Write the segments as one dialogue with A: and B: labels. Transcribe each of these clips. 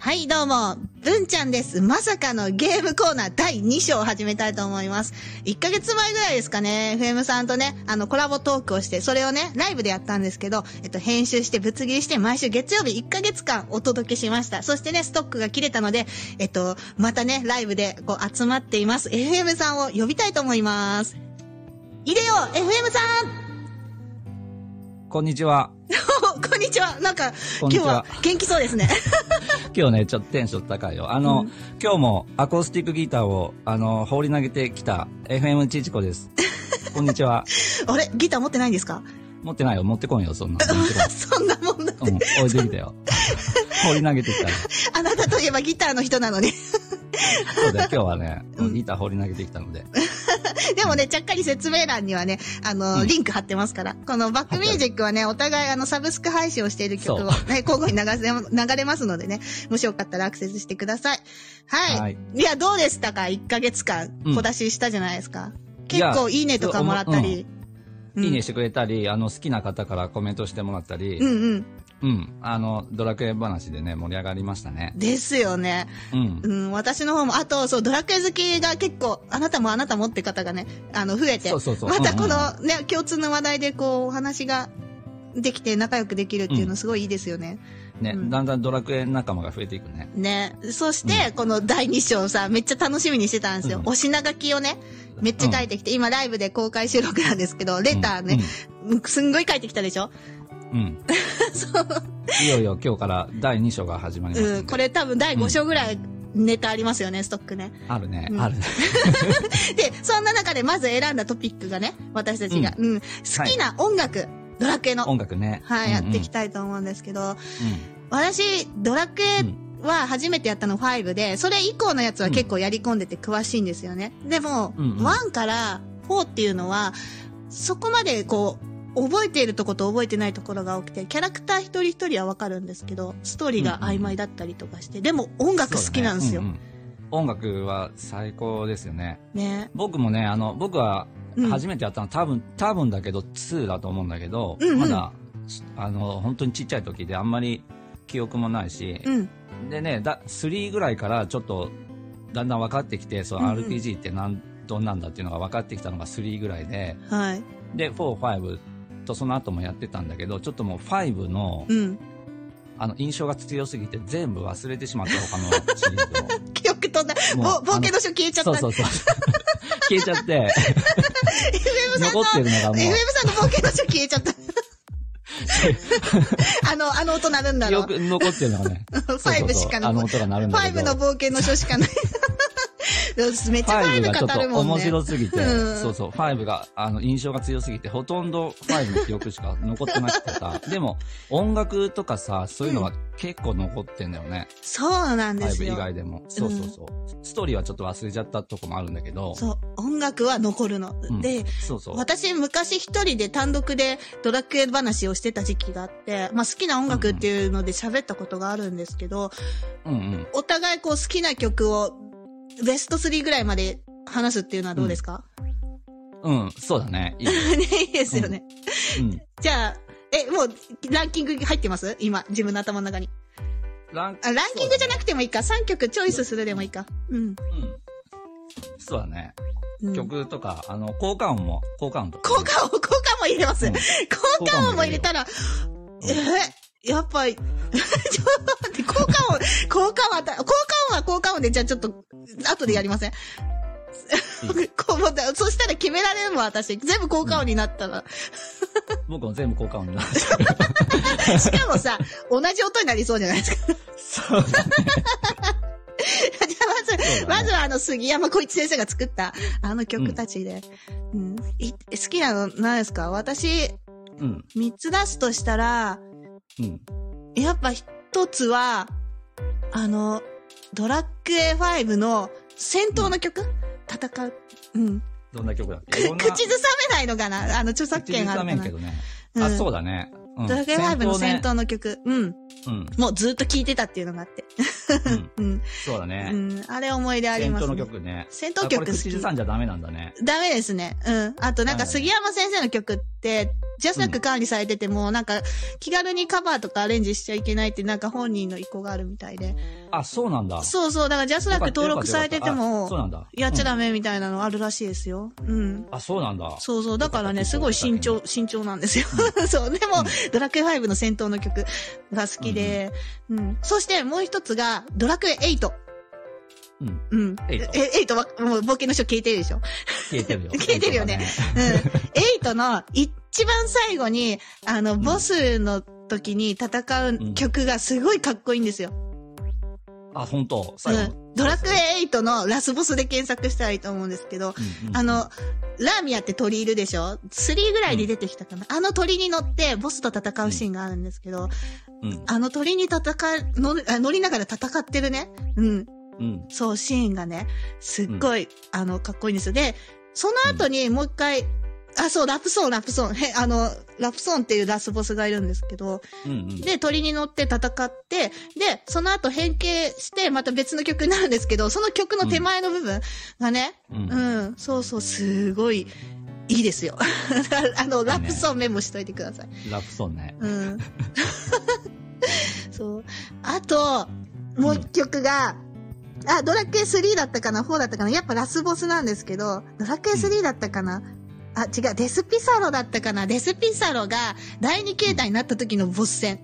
A: はい、どうも、文ちゃんです。まさかのゲームコーナー第2章を始めたいと思います。1ヶ月前ぐらいですかね、FM さんとね、あの、コラボトークをして、それをね、ライブでやったんですけど、えっと、編集して、ぶつ切りして、毎週月曜日1ヶ月間お届けしました。そしてね、ストックが切れたので、えっと、またね、ライブで、こう、集まっています。FM さんを呼びたいと思います。いでよ、FM さん
B: こんにちは。
A: こんにちは。なんか、
B: こ
A: 今
B: んに
A: 日
B: ちは
A: は元気そうですね。
B: 今日ね、ちょっとテンション高いよ。あ
A: う
B: の、
A: ん
B: 今日もアコースティックギターを、あの、放り投げてきた FM ちち こです。こんにちは。
A: あれギター持ってないんですか
B: 持ってないよ。持ってこんよ、そんな。持って
A: そんなもんだ。
B: こんうん、置いてきたよ。放り投げてきたよ。
A: あなたといえばギターの人なのに。
B: そうだよ、今日はね、
A: うん
B: うんギター放り投げてきたので。
A: でもね、ちゃっかり説明欄にはね、あの、
B: うん
A: リンク貼ってますから。このバックミュージックはね、お互いあの、サブスク配信をしている曲を、
B: そう
A: ね、交互に流せ、流れますのでね、もしよかったらアクセスしてください。はい。
B: はいい、
A: や、どうでしたか ?1 ヶ月間
B: う、ん
A: 小出ししたじゃないですか。
B: い
A: 結
B: や
A: 構いいねとかもらったり。うん
B: いいねしてくれたり、あの、好きな方からコメントしてもらったり、
A: う
B: うん、
A: んうん。
B: あの、ドラクエ話でね、盛り上がりましたね。
A: ですよね。
B: うん
A: う。ん、私の方も、あと、そう、ドラクエ好きが結構、あなたもあなたもって方がね、あの、増えて
B: そう、そうそう。
A: またこ
B: うんうん
A: のね、共通の話題でこう、お話ができて仲良くできるっていうのすごいいいですよね。
B: ね、
A: うん
B: だんだんドラクエ仲間が増えていくね。
A: ね。そして、この第2章さ、めっちゃ楽しみにしてたんですよ。
B: うん
A: お品書きをね、めっちゃ書いてきて、今ライブで公開収録なんですけど、レターね、うんすんごい書いてきたでしょ
B: う ん。うん。そう。いよいよ今日から第2章が始まりますんで。
A: うん、これ多分第5章ぐらいネタありますよね、ストックね。
B: あるね、
A: うん
B: あるね。
A: で、そんな中でまず選んだトピックがね、私たちが、うん、好きな音楽、ドラクエの、
B: 音楽ね。
A: はい、やってき
B: た。
A: たいと思うんですけど、
B: うん
A: 私、ドラクエ
B: うん
A: は初めてやったの5で、それ以降のやつは結構やり込んでて詳しいんですよね。でも、
B: うんうん
A: 1から4っていうのは、そこまでこう、覚えているとこと覚えてないところが多くて、キャラクター一人一人はわかるんですけど、ストーリーが曖昧だったりとかして、でも音楽好きなんですよ。
B: そう
A: ね
B: だねうんうん音楽は最高ですよね。僕もね、あの、僕は
A: うん
B: 初めてやったの、多分、多分だけど、2だと思うんだけど、
A: うんうん
B: まだ、しあの、本当にちっちゃい時であんまり記憶もないし、
A: うん。
B: でね、だ3ぐらいからちょっと、だんだん分かってきて、そ
A: うん
B: の
A: うん
B: RPG ってなん、どんなんだっていうのが分かってきたのが3ぐらいで、
A: はい。
B: で、4、5とその後もやってたんだけど、ちょっともう5の、
A: うん。
B: あの、印象が強すぎて全部忘れてしまった他のシリーズを。
A: 記憶とんだ。 ぼ
B: もう
A: 冒険の書消えちゃった。
B: そ うそうそう。 消えちゃって、
A: FM さん
B: 残
A: の
B: ってるのがも
A: FM さんの冒険の書消えちゃった。 あの、あの音鳴るんだ
B: う、
A: ろ
B: よく残ってるのがね、
A: フ
B: そう
A: ァイ
B: そう
A: ブ
B: そ
A: し
B: う
A: かな
B: あ
A: い。
B: の
A: フ
B: 音が鳴るんだ
A: ァ
B: け
A: イ
B: ど
A: ブの、冒険の書しかない。めっちゃファイ
B: 5
A: ブ
B: がちょっ
A: 語る
B: と
A: もん
B: 面
A: ね。
B: 白すぎて、
A: うん
B: そうそう、5が、あの、印象が強すぎて、ほとんど5の記憶しか残ってなくてさ、でも、音楽とかさ、そういうのは結構残ってんだよね。
A: そうなんです
B: 5以
A: よ。
B: 外でも。そうそうそう。ストーリーはちょっと忘れちゃったとこもあるんだけど、
A: そう、音楽は残るの。
B: うん
A: で、
B: そうそう。
A: 私昔一人で単独でドラクエ話をしてた時期があって、まあ好きな音楽っていうので喋ったことがあるんですけど、
B: うんうん。
A: お互いこう好きな曲をベスト3ぐらいまで話すっていうのはどうですか、
B: うん、そうだね。いいよ
A: ね、いい ですよね。
B: うん。
A: じゃあ、え、もうランキング入ってます今、自分の頭の中に。
B: ランク、
A: あ、ランキングじゃなくてもいいか。3曲チョイスするでもいいか。うん。
B: うん。そうだね。
A: うん、
B: 曲とか、あの、効果音も、効果音とか。
A: 効果音、効果音も入れます。
B: うん
A: 効果音も入れたら、
B: 入れる
A: えやっぱり、 ちょっと待って、効果音、効果音は、効果音は効果音で、じゃあちょっと、後でやりません
B: い
A: こうもうだそしたら決められるもん、私。全部効果音になったら。
B: 僕も全部効果音にな る。
A: しかもさ、同じ音になりそうじゃないですか。
B: そうだね。
A: じゃあまず、
B: そうだね
A: まずはあの、杉山浩一先生が作った、あの曲たちで。うんい好きなの、何ですか私、
B: うん。
A: 三つ出すとしたら、
B: うん。
A: やっぱ一つは、あの、ドラクエ5の戦闘の曲、戦う。うん。
B: どんな曲だっけ
A: く口ずさめないのかなあの、著作
B: 口ず
A: 権があ
B: さ
A: る
B: め
A: か
B: ん
A: な
B: け。どね。
A: うん
B: あ、そうだね。うん
A: ドラクエ5の戦
B: ね
A: 闘の曲。うん。
B: うん。
A: もうずっと聴いてたっていうのがあって。
B: うん
A: うん。
B: そうだ
A: う
B: ね。
A: ん。あれ思い出あり
B: 戦
A: ま
B: 闘
A: す、
B: の
A: ね。
B: 曲ね。
A: 戦
B: あ
A: 闘
B: こ
A: 曲
B: れ
A: 好
B: 口ず
A: き。
B: さんじゃダメなんだね。
A: ダメですね。うん。あとなんか
B: はい
A: 杉山先生の曲って、ジャスダック管理されてても、なんか、気軽にカバーとかアレンジしちゃいけないって、なんか本人の意向があるみたいで。
B: あ、そうなんだ。
A: そうそう、だからジャスダック登録されてて
B: あそう
A: も、
B: なんだ。
A: やっちゃ
B: だ。
A: ダメみたいなのあるらしいですよ。うん。
B: あ、そうなんだ。
A: そうそう。だからね、すごい慎重、慎重なんですよ。そう。で
B: う
A: も
B: ん、
A: ドラクエ5の戦闘の曲が好きで、うん。そしてもう一つが、ドラクエ8。
B: うん。
A: うん。え
B: 8、
A: 8は、もう冒険の人聞いてるでしょ
B: 消えてるよ。
A: 消えてるよね
B: 消
A: うん。8の一番最後に、あの、ボスの時に戦う曲がすごいかっこいいんですよ。
B: えてるよね。あ、本当
A: う
B: 最後。
A: ん。ドラクエ8のラスボスで検索したらいいと思うんですけど、
B: うんうん
A: あの、ラーミアって鳥いるでしょ ?3 ぐらいで出てきたかな、あの鳥に乗ってボスと戦うシーンがあるんですけど、
B: うん。
A: あの鳥に戦う、乗るあ乗りながら戦ってるね。うん。
B: うん。
A: そう、シーンがね、すっごい、あの、かっこいいんですよ。で、その後にもう一回、あ、そう、ラプソン、ラプソン。へ、あの、ラプソンっていうラスボスがいるんですけど、
B: うんうん。
A: で、鳥に乗って戦って、で、その後変形して、また別の曲になるんですけど、その曲の手前の部分がね、
B: うん
A: うん、そうそう、すごい、いいですよ。 あの、ラプソンメモしといてください。
B: ラプソンね。
A: うん。そう。あと、もう一曲が、あ、ドラクエ3だったかな ?4 だったかなやっぱラスボスなんですけど、ドラクエ3だったかな、あ、違う、デスピサロだったかなデスピサロが第二形態になった時のボス戦。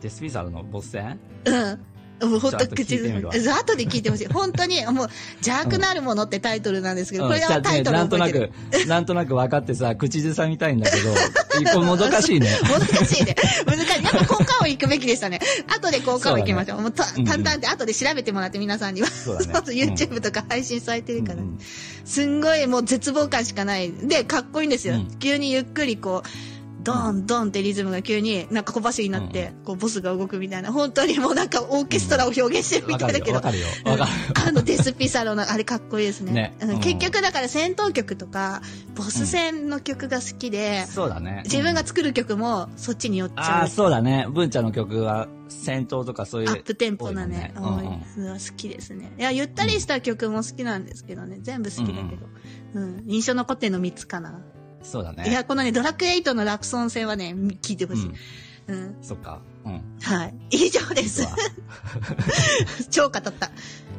B: デスピザルのボス戦
A: うん。もう本
B: ちょ
A: 当
B: っと聞い
A: 口
B: てみ
A: ず
B: るわ
A: さ後で聞いてほしい。本当に、もう、邪悪なるものってタイトルなんですけど、これはタイトル
B: なんと
A: 覚え
B: な
A: てる。
B: く、なんとなく分かってさ、口ずさみたいんだけど、 一個もどかしいね。
A: 難しいね。難しい。やっぱ効果音行くべきでしたね。後で効果音行きましょう。もうた、
B: うんうん
A: 淡々って後で調べてもらって皆さんには。
B: そうだね。
A: YouTube とか配信されてるから、
B: うんうん
A: すんごいもう絶望感しかない。で、かっこいいんですよ。
B: うん
A: 急にゆっくりこう、ドンドンってリズムが急になんか小走りになって、こうボスが動くみたいな。本当にもうなんかオーケストラを表現してるみ
B: わ
A: たい
B: か
A: だ
B: る
A: け
B: よ、
A: ど
B: わ。かるよ。わかる。
A: あのデスピサロのあれかっこいいですね。
B: ね
A: うん
B: うん
A: 結局だから戦闘曲とか、ボス戦の曲が好きで、
B: そうだね。
A: 自分が作る曲もそっちに寄っち
B: あ
A: ゃ
B: あ、
A: う。
B: そうだね。文ちゃんの曲は、戦闘とかそういう。
A: アップテンポなね、
B: 多いもんね
A: うんうん好きですね。いや、ゆったりした曲も好きなんですけどね、全部好きだけど。うん、印象残ってんの3つかな。
B: そうだね。
A: いや、このね、ドラクエ8のラプソン戦はね、聞いてほ
B: う
A: しい。
B: ん。
A: うん。
B: そっか。うん。
A: はい。以上で
B: 実
A: す。
B: は
A: 超語った。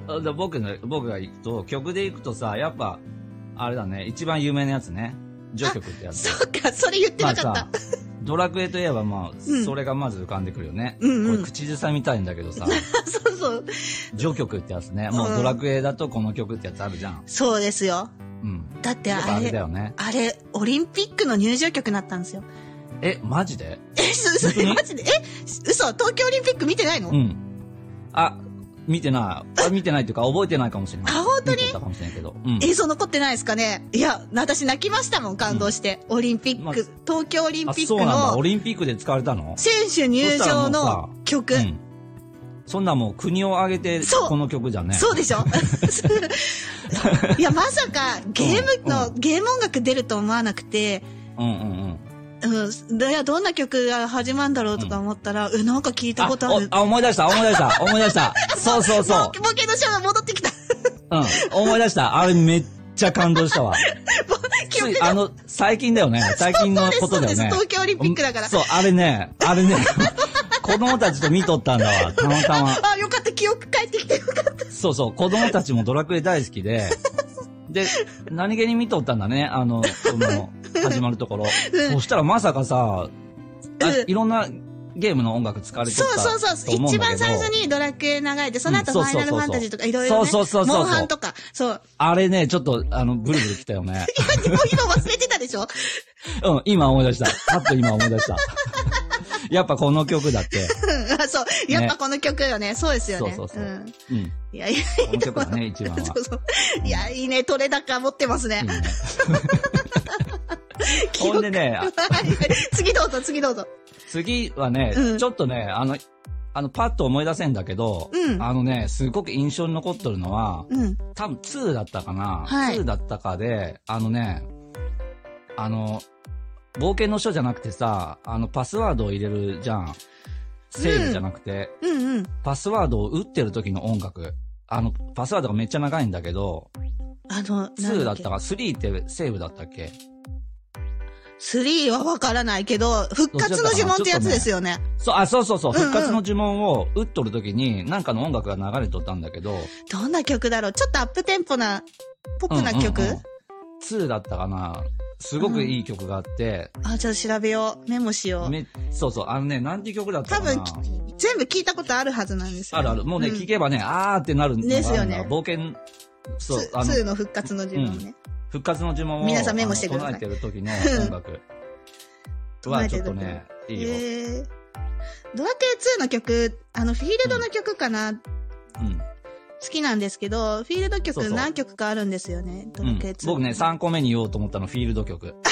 B: あだ僕の、僕が行くと、曲で行くとさ、やっぱ、あれだね、一番有名なやつね。序曲ってやつ。
A: そうか、それ言ってなかった。
B: さ、ドラクエといえばまあ、
A: うん
B: それがまず浮かんでくるよね。
A: うんうん
B: これ口ずさみたいんだけ どさ、
A: そうそう。
B: 序曲ってやつね。もううんドラクエだとこの曲ってやつあるじゃん。
A: そうですよ。
B: うん。
A: だって
B: やっぱ
A: あ
B: あれだ
A: れ、
B: よね。
A: あれ、オリンピックの入場曲になったんですよ。
B: え、マジで
A: え、そそれマジで、え、嘘東京オリンピック見てないの、
B: うん。あ、見てない。あ見てないっていうか覚えてないかもしれない。
A: あ本当に
B: 見てたかもしれないけど。うん。
A: 映像残ってないですかねいや、私泣きましたもん、感動して。オリンピック、
B: まあ
A: 東京オリン
B: あ、
A: ピッ
B: そう
A: ク
B: なんだ。オ
A: の
B: リンピックで使われたの
A: 選手入場
B: そしたらも
A: の
B: う
A: 曲。
B: う。
A: そうん
B: そんなもう国を挙げて
A: そう、
B: この曲じゃ
A: で
B: ね。
A: しょいや、まさか、ゲームの、
B: う
A: ゲーム音楽出ると思わなくて、
B: うんうんうん。
A: うん、いや、どんな曲が始まるんだろうとか思ったら、うん、なんか聞いたことある。
B: おあ、思い出した、思い出した、思い出した。そうそうそう
A: ボ。ケボケの人が戻ってきた。
B: うん。思い出した。あれめっちゃ感動したわ。
A: 記憶
B: ついあの、最近だよね。最近のことだよ
A: そうです
B: ね。
A: そうです東京オリンピックだから
B: そう、あれね、あれね。子供たちと見とったんだわ、たまたま。
A: あ、よかった、記憶返ってきてよかった。
B: そうそう、子供たちもドラクエ大好 きで、で、何気に見とったんだね、あの、その、始まるところ。
A: うん
B: そしたらまさかさ、あ
A: うん
B: いろんなゲームの音楽使われて
A: そ
B: た
A: うそう
B: と
A: そう。
B: 思うん
A: 一
B: だけ
A: 番
B: ど、
A: 最初にドラクエ流れて、その後フ
B: うん
A: ァイナルフ
B: そ
A: ァ
B: うそうそうそう
A: ンタジーとかいろいろね。
B: そうそうそうそ
A: モ
B: う
A: ンハンとか。そう。
B: あれね、ちょっと、あの、ブルブル来たよ ね。
A: でも今忘れてたでしょ
B: うん、今思い出した。パッと今思い出した。やっぱこの曲だって。
A: うんあそう。やっぱこの曲よね。そうですよね。。
B: そうそうそうんうん。
A: いやいや、
B: この曲だね、一 番は。
A: そうそう。いや、いいね。取れ高持ってます
B: いい
A: ね。
B: ね
A: 記
B: ほん
A: 憶
B: でね、
A: 次どうぞ、次どうぞ。
B: 次はね、
A: うん
B: ちょっとね、あの、あの、パッと思い出せんだけど、
A: うん
B: あのね、すごく印象に残っとるのは、
A: うん。
B: 多分2だったかな、
A: はい
B: 2だったかで、あのね、あの、冒険の書じゃなくてさ、あの、パスワードを入れるじゃん。セーブじゃなくて、
A: うんうん。
B: パスワードを打ってる時の音楽。あの、パスワードがめっちゃ長いんだけど、
A: あの、なん
B: 2だっ
A: け
B: たか、3ってセーブだったっけ
A: 3はわからないけど、復活の呪文ってやつですよね。
B: そう、あ、そうそうそう、
A: うんうん
B: 復活の呪文を打っとる時に、なんかの音楽が流れとったんだけど、
A: どんな曲だろうちょっとアップテンポな、ポップな曲、
B: うんうんうん ?2 だったかなすごくいい曲があって、
A: あ、ちょっと調べよう。メモしよう。
B: め、そうそう、あのね、なんて曲だったかな
A: 多分全部聞いたことあるはずなんですよ、
B: あるある。もうね、
A: ん
B: 聞けばね、あーってなるんだ
A: ですよね
B: 冒険、そう、
A: ツー
B: あの
A: ツ、ーの復活の呪文ね。
B: 復活の呪文を、
A: 皆さんメモしてください
B: あの唱えてる時の音楽
A: 唱
B: は
A: えて
B: ちょ
A: る
B: っ
A: 時
B: とね、いいよ。
A: えー、ドラクエ2の曲、あの、フィールドの曲かな、好
B: うん。
A: きなんですけど、フィールド
B: そう
A: 曲
B: そう
A: 何曲かあるんですよね、ド
B: う
A: ラ
B: ん
A: クエ2。
B: 僕ね、
A: あ、
B: 3個目に言おうと思ったの、フィールド曲。
A: ごめんな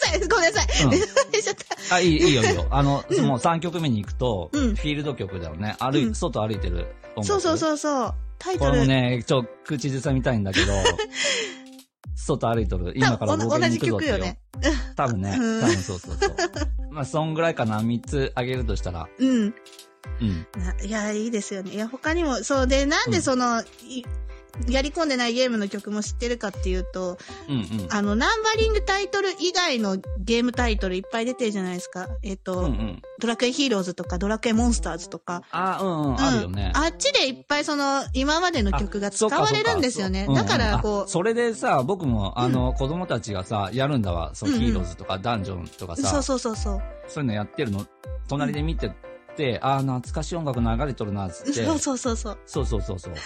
A: さい、ごめんなさい。
B: うん
A: 出ちゃった。
B: あ、いい、いいよ、いいよ。あの、もう3曲目に行くと、
A: う
B: フ
A: ん
B: ィールド曲だよね。
A: う
B: 歩い、
A: ん
B: 外歩いてる音楽。
A: そうそうそうそう。タイ
B: こ
A: ト
B: れも
A: ル。
B: ね、ちょ、口ずさみたいんだけど、 外歩いとる。今から
A: 多分
B: 冒
A: 同
B: 険に
A: じ
B: 行くぞ
A: 曲よ
B: ってよ
A: ね。。
B: 多分ね、
A: う
B: 多
A: ん
B: 分そうそうそう。まあ、そんぐらいかな。3つあげるとしたら。
A: うん。
B: うん。
A: ないや、いいですよね。いや、他にも、そうで、なんでその、いやり込んでないゲームの曲も知ってるかっていうと、
B: うんうん。
A: あの、ナンバリングタイトル以外のゲームタイトルいっぱい出てるじゃないですか。えっ、と、
B: うんうん。
A: ドラクエヒーローズとか、ドラクエモンスターズとか。
B: あ、うんうん、あるよね。
A: あっちでいっぱいその、今までの曲が使われるんですよね。
B: そう
A: だ
B: そう
A: から、
B: あ
A: こう、
B: それでさ、僕も、あの、子供たちがさ、やるんだわ。そう、
A: うんうん
B: ヒーローズとか、ダンジョンとか
A: そう
B: さ、
A: そうそうそう。
B: そういうのやってるの、隣で見てて、あー懐かしい音楽流れとるな、つって。
A: そうそうそうそう。
B: そうそうそ うそう。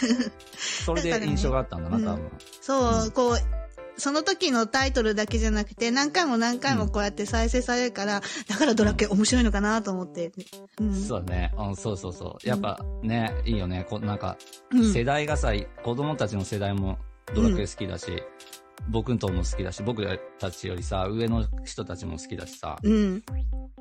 B: それ
A: だから
B: で
A: ね
B: 印象があったんだな、
A: うん
B: 多分。
A: そう、
B: うん
A: こう、その時のタイトルだけじゃなくて、何回も何回もこうやって再生されるから、だからドラクエ面白いのかなと思って。うん。
B: そうだね。うん、そうそうそう。やっぱね、いいよね。こなんか、
A: うん
B: 世代がさ、子供たちの世代もドラクエ好きだし、僕んとこも好きだし、僕たちよりさ、上の人たちも好きだしさ、
A: うん。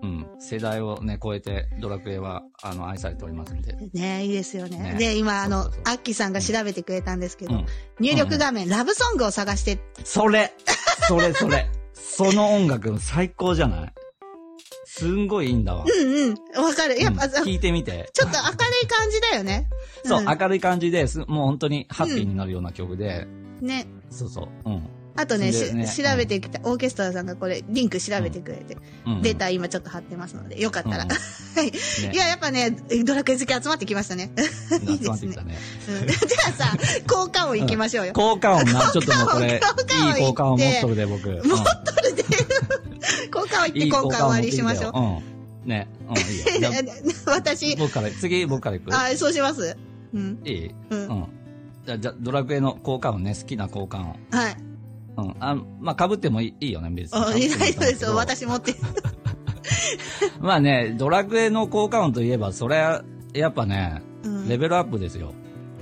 B: うん、世代をね、超えてドラクエは、あの、愛されておりますんで。
A: ねいいですよね。
B: ね
A: で、今、あの、
B: そうそう
A: アッキーさんが調べてくれたんですけど、
B: うん
A: 入力画面、ラブソングを探して、
B: それそれそれ その音楽最高じゃないすんごいいいんだわ。
A: うんうん、わかる。やっぱ、
B: うん
A: あ
B: 聞いてみて。
A: ちょっと明るい感じだよね。
B: そう、
A: ん
B: 明るい感じです、もう本当にハッピーになるような曲で、
A: ね。
B: そうそう、うん。
A: あとね、
B: そうだ
A: し
B: よね
A: 調べてきた、オーケストラさんがこれ、リンク調べてくれて、
B: うん、
A: データ今ちょっと貼ってますので、よかっ
B: うん
A: たら。
B: うん
A: い
B: ね
A: いや、やっぱね、ドラクエ好き集まってきましたね。うんいいですね
B: 集まってきたね。
A: じゃあさ、効果音いきましょうよ。
B: 効果音 な、ちょっともうこれ、
A: 効果音
B: いい効果音持っとるで、僕。
A: 持っ効果音いっ
B: うん
A: て効果終わりしましょう。。
B: 効果音持ってきたようん。ね、うん、い いよじゃ
A: 私
B: あ。、僕から、次、僕からいく
A: あ、そうします。うん。
B: いい
A: うん。
B: う
A: はい。
B: ん。じゃあ、じゃあドラクエの効果音ね、好きな効果音。うん。あまあ、被ってもいいいいよね、別に。
A: あいないそうです。
B: 被ってもいいと思うけど。
A: 私持って。
B: まあね、ドラクエの効果音といえば、それは、やっぱね、
A: うん
B: レベルアップですよ。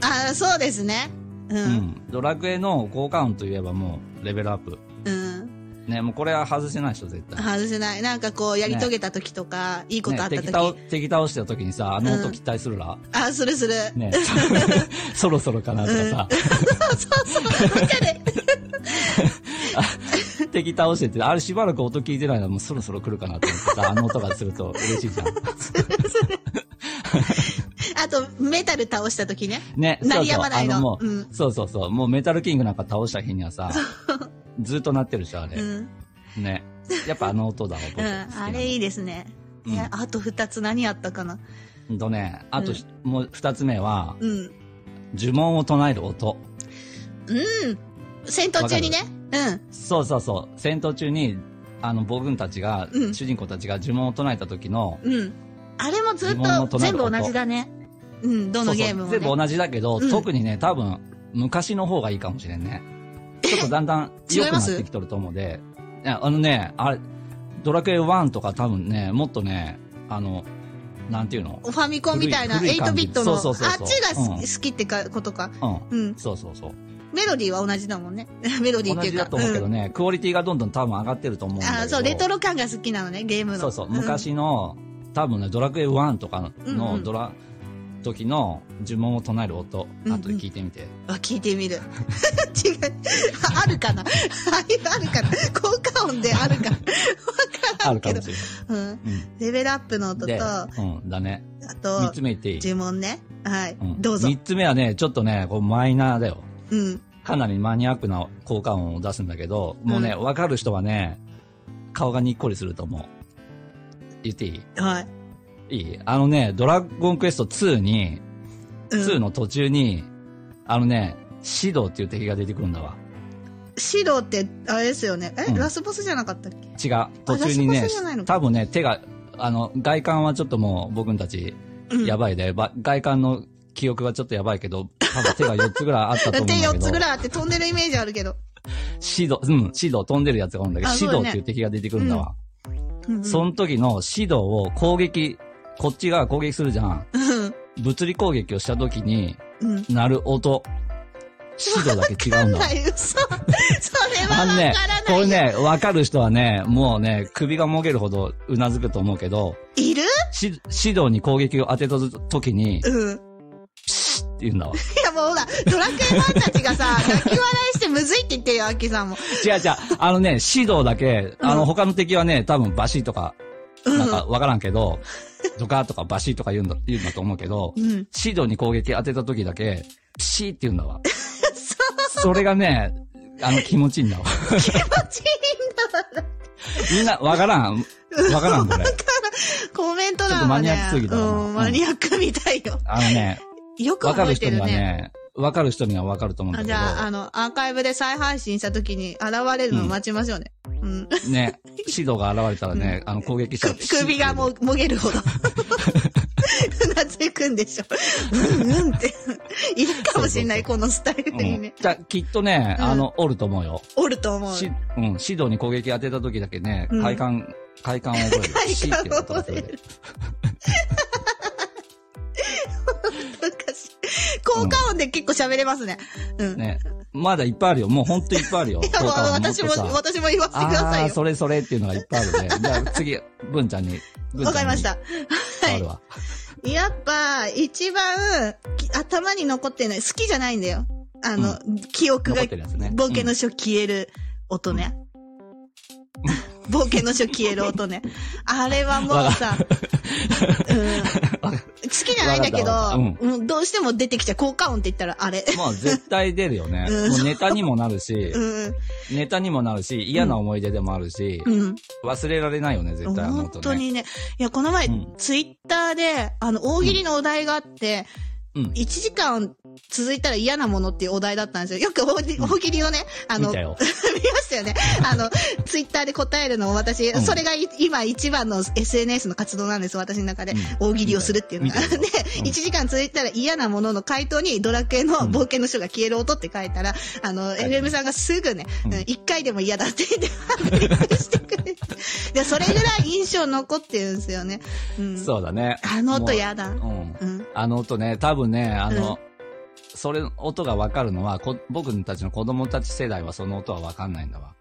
A: あそうですね。う。
B: うんん。ドラクエの効果音といえばもう、レベルアップ。
A: うん。
B: ね、もうこれは外せないでしょ、絶対。
A: 外せない。なんかこう、やり遂げた時とか、いいことあ
B: ね、
A: った時。
B: 敵倒、敵倒した時にさ、あの音期待するら、
A: あ、するする。
B: ね、 そろそろかなとかさ、
A: わかる。
B: 敵倒してて、あれしばらく音聞いてないのもうそろそろ来るかなと思って さ、あの音がすると嬉しいじゃん。
A: あと、メタル倒した時ね。
B: ね、
A: 鳴り
B: そ
A: や
B: うそ
A: ま
B: う、
A: な
B: あ
A: い
B: の
A: の
B: も。う、
A: うん。
B: そうそうそう、もうメタルキングなんか倒した日にはさ、ずっと鳴ってるでしょ、あれ
A: う。ん。
B: ね。やっぱあの音だわ、僕。
A: うん。
B: 好きなの
A: あれいいですね。
B: うん
A: え、あと二つ何あったかな。
B: うんとね、あとし、もう二つ目は、
A: うん。
B: 呪文を唱える音。
A: うん。戦闘中にね。うん。
B: そうそうそう、戦闘中に、あの、僕たちが、
A: うん
B: 主人公たちが呪文を唱えた時の、
A: うん。あれもずっ
B: 疑問を
A: と
B: 唱
A: 全
B: える
A: 部
B: こと
A: 同じだね。うん、どのゲームも、ね。
B: そうそう全部同じだけど、
A: うん
B: 特にね、多分、昔の方がいいかもしれんね。ちょっとだんだん
A: 違
B: 良
A: い
B: く
A: ま
B: な
A: す
B: ってきとると思うで、いやあのね、あれ、ドラクエ1とか多分ね、もっとね、あの、なんていうの
A: ファミコンみたいな
B: 古い古い
A: 8
B: 感じ
A: ビットの、あっ
B: そう
A: ち
B: そうそうそう
A: が好き,、
B: うん
A: 好きってかことか。
B: うん。
A: うん。
B: そうそうそう。
A: メロディーは同じだもんね。 メロディー
B: 同
A: ってい
B: じ
A: うか。
B: だと思うけどね、クオリティがどんどん多分上がってると思うん
A: うん
B: だけど。
A: あそう、レトロ感が好きなのね、ゲームの。
B: そうそう、
A: ん。
B: 昔の、多分ね、ドラクエ1とか
A: うんう
B: の
A: ん
B: ドラ、時の呪文を唱える音、
A: うんうん
B: あと聞いてみて。
A: あ、聞いてみる。 違う。ああるかな ああるかな効果音であるか。わから
B: あ
A: ん
B: るか
A: けど。
B: もしれない。
A: うん。
B: う
A: レベルアップの音
B: ん。
A: と、
B: で、
A: あ
B: うん、だね。三
A: と、
B: つ目言っていい
A: 呪文ね。はい。
B: ん
A: どうぞ
B: 三。つ目はね、ちょっとね、こうマイナーだよ。
A: うん。
B: かなりマニアックな効果音を出すんだけど、もうね、わ、かる人はね、顔がにっこりすると思う。言ってい
A: はい。
B: いいいあのね、ドラゴンクエスト2
A: う
B: に、
A: ん
B: 2の途中に、あのね、シドーっていう敵が出てくるんだわ。
A: シドって、あれですよね。え、
B: うん
A: ラスボスじゃなかったっけ
B: 違う。途中に
A: ラスボ
B: ね
A: スじゃないの、か
B: 多分ね、手が、あの、外観はちょっともう僕たち、
A: うん
B: やばいで、ば外観の記憶はちょっとやばいけど、多分手が4つぐらいあったと思うん だ
A: 手
B: けど。
A: 4つぐらいあって飛んでるイメージあるけど。
B: シド、うん、シド飛んでるやつがおるんだけど、
A: あ
B: シ
A: そ
B: ド
A: う
B: っ
A: だね
B: ていう敵が出てくるんだわ。
A: うんうん
B: その時のシドを攻撃、こっちが攻撃するじゃん。
A: うん。
B: 物理攻撃をした時に、
A: うん。
B: 鳴る音。シドだけ違うんだわ
A: な。い、嘘。それ
B: あ
A: はわ
B: のね
A: からない、よ。
B: これね、わかる人はね、もうね、首がもげるほどうなずくと思うけど、
A: いる
B: シシドに攻撃を当てた時に、って
A: うん。
B: 言うんだわ。
A: いやもうほら、ドラクエファンたちが さ、泣き笑いしてむずいって言ってるよ、アッキーさんも。
B: 違う違う。あのね、シドだけ、あ
A: う
B: の、
A: ん
B: 他の敵はね、多分バシとか、
A: うん
B: なんかわからんけど、ドカーとかバシとか言うんだ、言うんだと思うけど、
A: うん。
B: シドに攻撃当てた時だけ、ピシーって言うん だわ。それがね、あの気持ちいいんだわ。
A: 気持ちいいんだわ。
B: みんなわからん。わからん、これ。
A: コメント欄はね。
B: ちょっとマニアックすぎたな
A: うん、マニアックみたいよ。
B: あのね、
A: よく
B: わか
A: 覚
B: る
A: えて
B: 人
A: る
B: には
A: ね。
B: ね、わかる人にはわかると思うんだ
A: あ
B: け
A: じゃあ、あ
B: ど、
A: の、アーカイブで再配信した時に現れるのを待ちましょうね。 うん。
B: ね、シドが現れたらね、あの攻撃したらピシーって
A: 首
B: 言う
A: がも、もげるほど。うなずくんでしょ。うんうんって。いるかもしんない、このスタイル
B: うん
A: にね。
B: じゃあきっとね、
A: うん
B: あの、おると思うよ。
A: おると思う。
B: し、うん、シドに攻撃当てた時だけね、
A: うん
B: 快感、快感を 覚える。ピシーって言ったらそれで。
A: なんかし効果音で結構喋れますね。うん。
B: ね、まだいっぱいあるよ。もうほんといっぱいあるよ。
A: いや、もう
B: 効果音っ
A: 私
B: と
A: も、
B: さ
A: 私も言わせてくださ
B: ああ
A: い
B: ー、それそれっていうのがいっぱいあるね。じゃあ次、文ちゃんに。
A: よ。わかりました。。
B: あるわ。
A: やっぱ、一番、き頭に残ってない。好きじゃないんだよ。あの、記憶が、
B: 残ってるやつね
A: 冒険の書消える音ね。 冒険の書消える音ね。あれはもうさ、うん、好きじゃないんだけ
B: わかったわかっ
A: ど、もうどうしても出てきちゃう。効果音って言ったら、あれ。
B: もう絶対出るよね。
A: うん
B: もうネタにもなるし、
A: うん、
B: ネタにもなるし、嫌な思い出でもあるし、
A: うん。
B: 忘れられないよね、絶対。
A: 本当。にね。いや、この前、
B: うん
A: ツイッターで、あの、大喜利のお題があって、
B: うん
A: 1時間続いたら嫌なものっていうお題だったんですよ。よく大喜
B: うん
A: 大喜利をね、あの、
B: 見た
A: 見
B: よ。
A: ましたよ ね。あの、ツイッターで答えるのを私、
B: うん
A: それがい今一番の SNS の活動なんです、私の中で。
B: うん
A: 大喜利をするっていうのが。
B: 見た
A: で
B: よ見たよう、ん
A: 1時間続いたら嫌なものの回答にドラクエの冒険の書が消える音って書いたら、あの、
B: い
A: FM さんがすぐね、
B: うん
A: 1回でも嫌だって言って、反撃してくれて。で、それぐらい印象残ってるんですよね。うん。
B: そうだね。
A: あの音やだ。
B: もう。うん。
A: うん。
B: あの音ね、多分ね、あの、それ、音がわかるのはこ、僕たちの子供たち世代はその音はわかんないんだわ。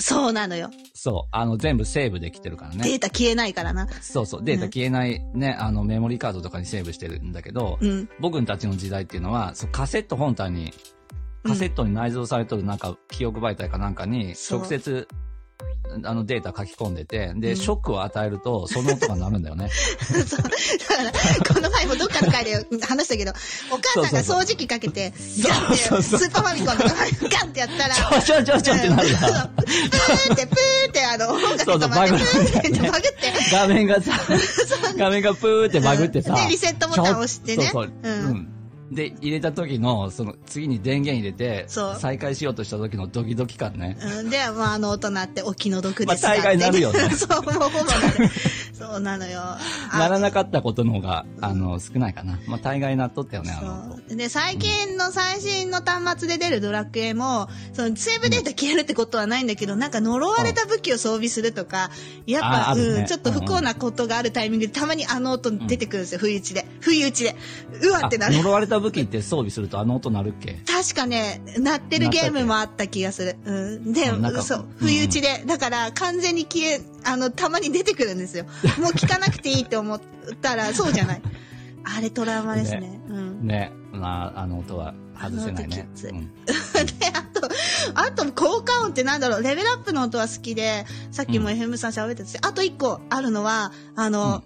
A: そうなのよ。
B: そう。あの、全部セーブできてるからね。
A: データ消えないからな。
B: そうそう。データ消えないね、あのメモリーカードとかにセーブしてるんだけど、
A: うん。
B: 僕たちの時代っていうのは、そうカセット本体に、
A: うん
B: カセットに内蔵されとるなんか、記憶媒体かなんかに、
A: そう
B: 直接、あのデータ書き込んでて、
A: う
B: で、
A: ん
B: ショックを与えると、その音が鳴るんだよ ね。
A: そう。だから、この前もどっかの回で話したけど、お母さんが掃除機かけて、ガンって、
B: そうそうそう
A: スーパーファミコンとかガンってやったら、
B: ちょちょちょちょってなる
A: そう
B: な。
A: プーって、プーって、あの、音楽
B: そう
A: 止
B: そう
A: まって、
B: バグ
A: プ
B: る
A: ーって、バグって。
B: 画面がさ、画面がプーってバグってさ。
A: で、リセットボタン押してね。
B: そうそう。
A: うん
B: うん。で、入れた時の、その、次に電源入れて、
A: そう
B: 再開しようとした時のドキドキ感ね。
A: うん、で、まあ、あの、大人ってお気の毒です
B: まあ大概なるよね
A: そう、もうほぼなる。そうなのよ。あ
B: ならなかったことの方が、あの、少ないかな。まあ、大概なっとったよね、あの
A: そう。で、最近の最新の端末で出るドラクエも、その、セーブデータ消えるってことはないんだけど、なんか呪われた武器を装備するとか、やっ
B: あ
A: ぱ、
B: あるね
A: うん、ちょっと不幸なことがあるタイミングで、たまにあの音出てくるんですよ、不意打ちで。不意打ちで。うわ
B: あ
A: ってなる。
B: 呪われた武器って装備するとあの音鳴るっけ
A: 確かね、鳴ってるゲームもあった気がする。うん。で、
B: うんなんか
A: そう
B: うん、
A: 不意打ちで。だから、完全に消え、あの、たまに出てくるんですよ。もう聞かなくていいって思ったら、そうじゃない。あれトラウマですね。うん。
B: ね。まあ、あの音は外せない
A: あ
B: ね
A: の音きつ。い
B: うん
A: で、あと、あと、効果音ってなんだろう、レベルアップの音は好きで、さっきも
B: う
A: FM さん喋ってたし、あと一個あるのは、あの、
B: うん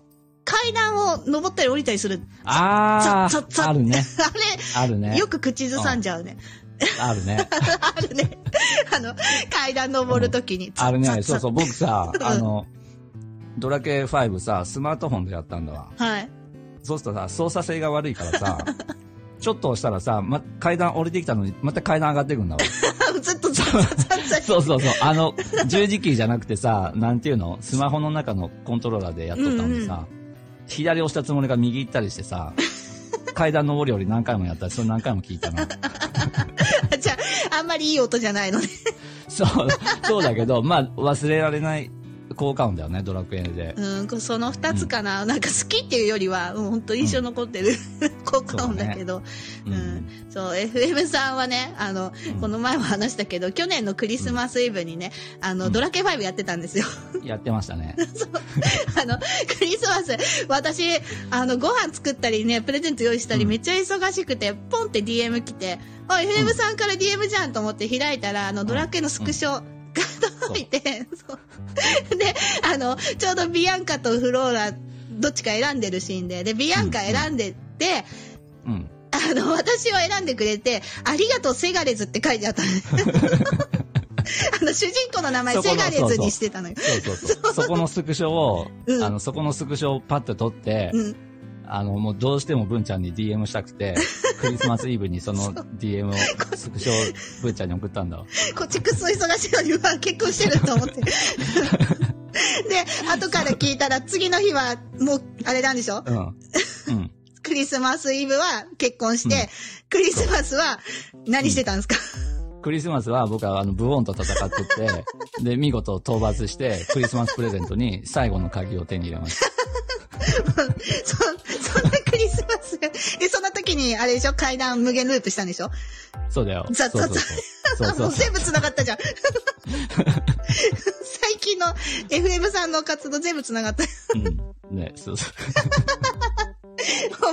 A: 階段を登ったり降りたりする。
B: あ
A: ザッザッザ
B: ー、
A: ッ
B: あるね。
A: あ
B: ある
A: れ、
B: ね
A: よ。く口ずさんじゃうね。
B: あ るね。
A: あるね。あの、階段登るときに、。
B: あるね。そうそうう、僕さ、
A: うん
B: あの、ドラケ5さ、スマートフォンでやったんだわ。
A: はい。
B: そうするとさ、操作性が悪いからさ、 ちょっと押したらさ、ま、階段降りてきたのに、また階段上がってくんだわ。
A: ずっとザッザッザッザッ
B: そうそうそう。あ の、十字キーじゃなくてさ、なんていうのスマホの中のコントローラーでやっとったのにさ、左押したつもりが右行ったりして さ、階段登り降り何回もやったり、それ何回も聞いた な。
A: じゃあ、あんまりいい音じゃないのね。
B: そう、そうだけど、まあ、忘れられない効果音だよね、ドラクエで。
A: うん、こその二つかな、なんか好きっていうよりは、うん、本当印象残ってる、効果音だけど。
B: う
A: うん。そう、FM さんはね、あの、
B: うん
A: この前も話したけど、去年のクリスマスイブにね、あの、
B: うん
A: ドラケ5やってたんですよ。
B: やってました ね。
A: あの、クリスマス、私、あの、ご飯作ったりね、プレゼント用意したり、
B: うん
A: めっちゃ忙しくて、ポンって DM 来て、あ、FM さんから DM じゃんと思って開いたら、あの、ドラケのスクショが届いて、そう。で、あの、ちょうどビアンカとフローラ、どっちか選んでるシーンで、で、ビアンカ選んでって、
B: うん。
A: あの、私を選んでくれて、ありがとうセガレズって書いてあったの あの、主人公の名前
B: そこ
A: セ
B: の
A: ガレズにしてたのよ。
B: そうそう そう。そこのスクショを、
A: うん
B: あの、そこのスクショをパッと撮って、
A: うん。
B: あの、もうどうしても文ちゃんに DM した くて、クリスマスイブにその DM を、スクショを文ちゃんに送ったん だわ。
A: こっちくそ忙しいのに、うわ、結婚してると思って。 で、後から聞いたら、次の日は、もう、あれなんでしょ
B: うん。うん。
A: クリスマスイブは結婚して、
B: うん
A: クリスマスは何してたんですか、
B: クリスマスは僕はあの、ブオンと戦ってて、 で、見事討伐して、クリスマスプレゼントに最後の鍵を手に入れました。
A: そ、そんなクリスマス。で、そんな時に、あれでしょ階段無限ループしたんでしょ
B: そうだよ。
A: ざ
B: そうそうそう。そうそ
A: も
B: う
A: う
B: そう。
A: 全部繋がったじゃん。 最近の FM さんの活動全部繋がった。
B: うん。ね、そうそ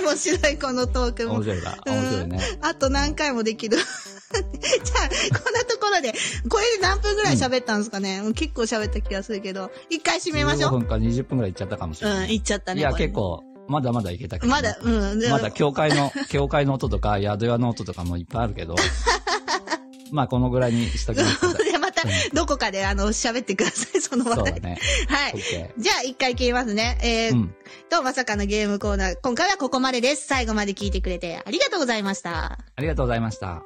A: 面白い、このトーク
B: う。
A: も
B: 面。白いな。面白いね。
A: あと何回もできる。 じゃあ、こんなところで、これで何分ぐらい喋ったんですかね、うん結構喋った気がするけど、一回締めましょ
B: 15
A: う。
B: 分か20分くらいいっちゃったかもし
A: う
B: れ
A: ん
B: な、い。
A: 行っちゃったね。
B: いや、
A: これ
B: 結。構、まだまだいけたけど。
A: まだ、うん。でも
B: ま だ教会の、教会の音とか、宿屋の音とかもいっぱいある けど、まあこのぐらいにしときます。
A: で、また、どこかで、あの、喋ってください、その話
B: そうだ
A: 題。
B: ね。
A: はい。
B: OK。
A: じゃあ、一回切りますね。えーっ
B: うん。
A: と、まさかのゲームコーナー、今回はここまでです。最後まで聞いてくれてありがとうございました。
B: ありがとうございました。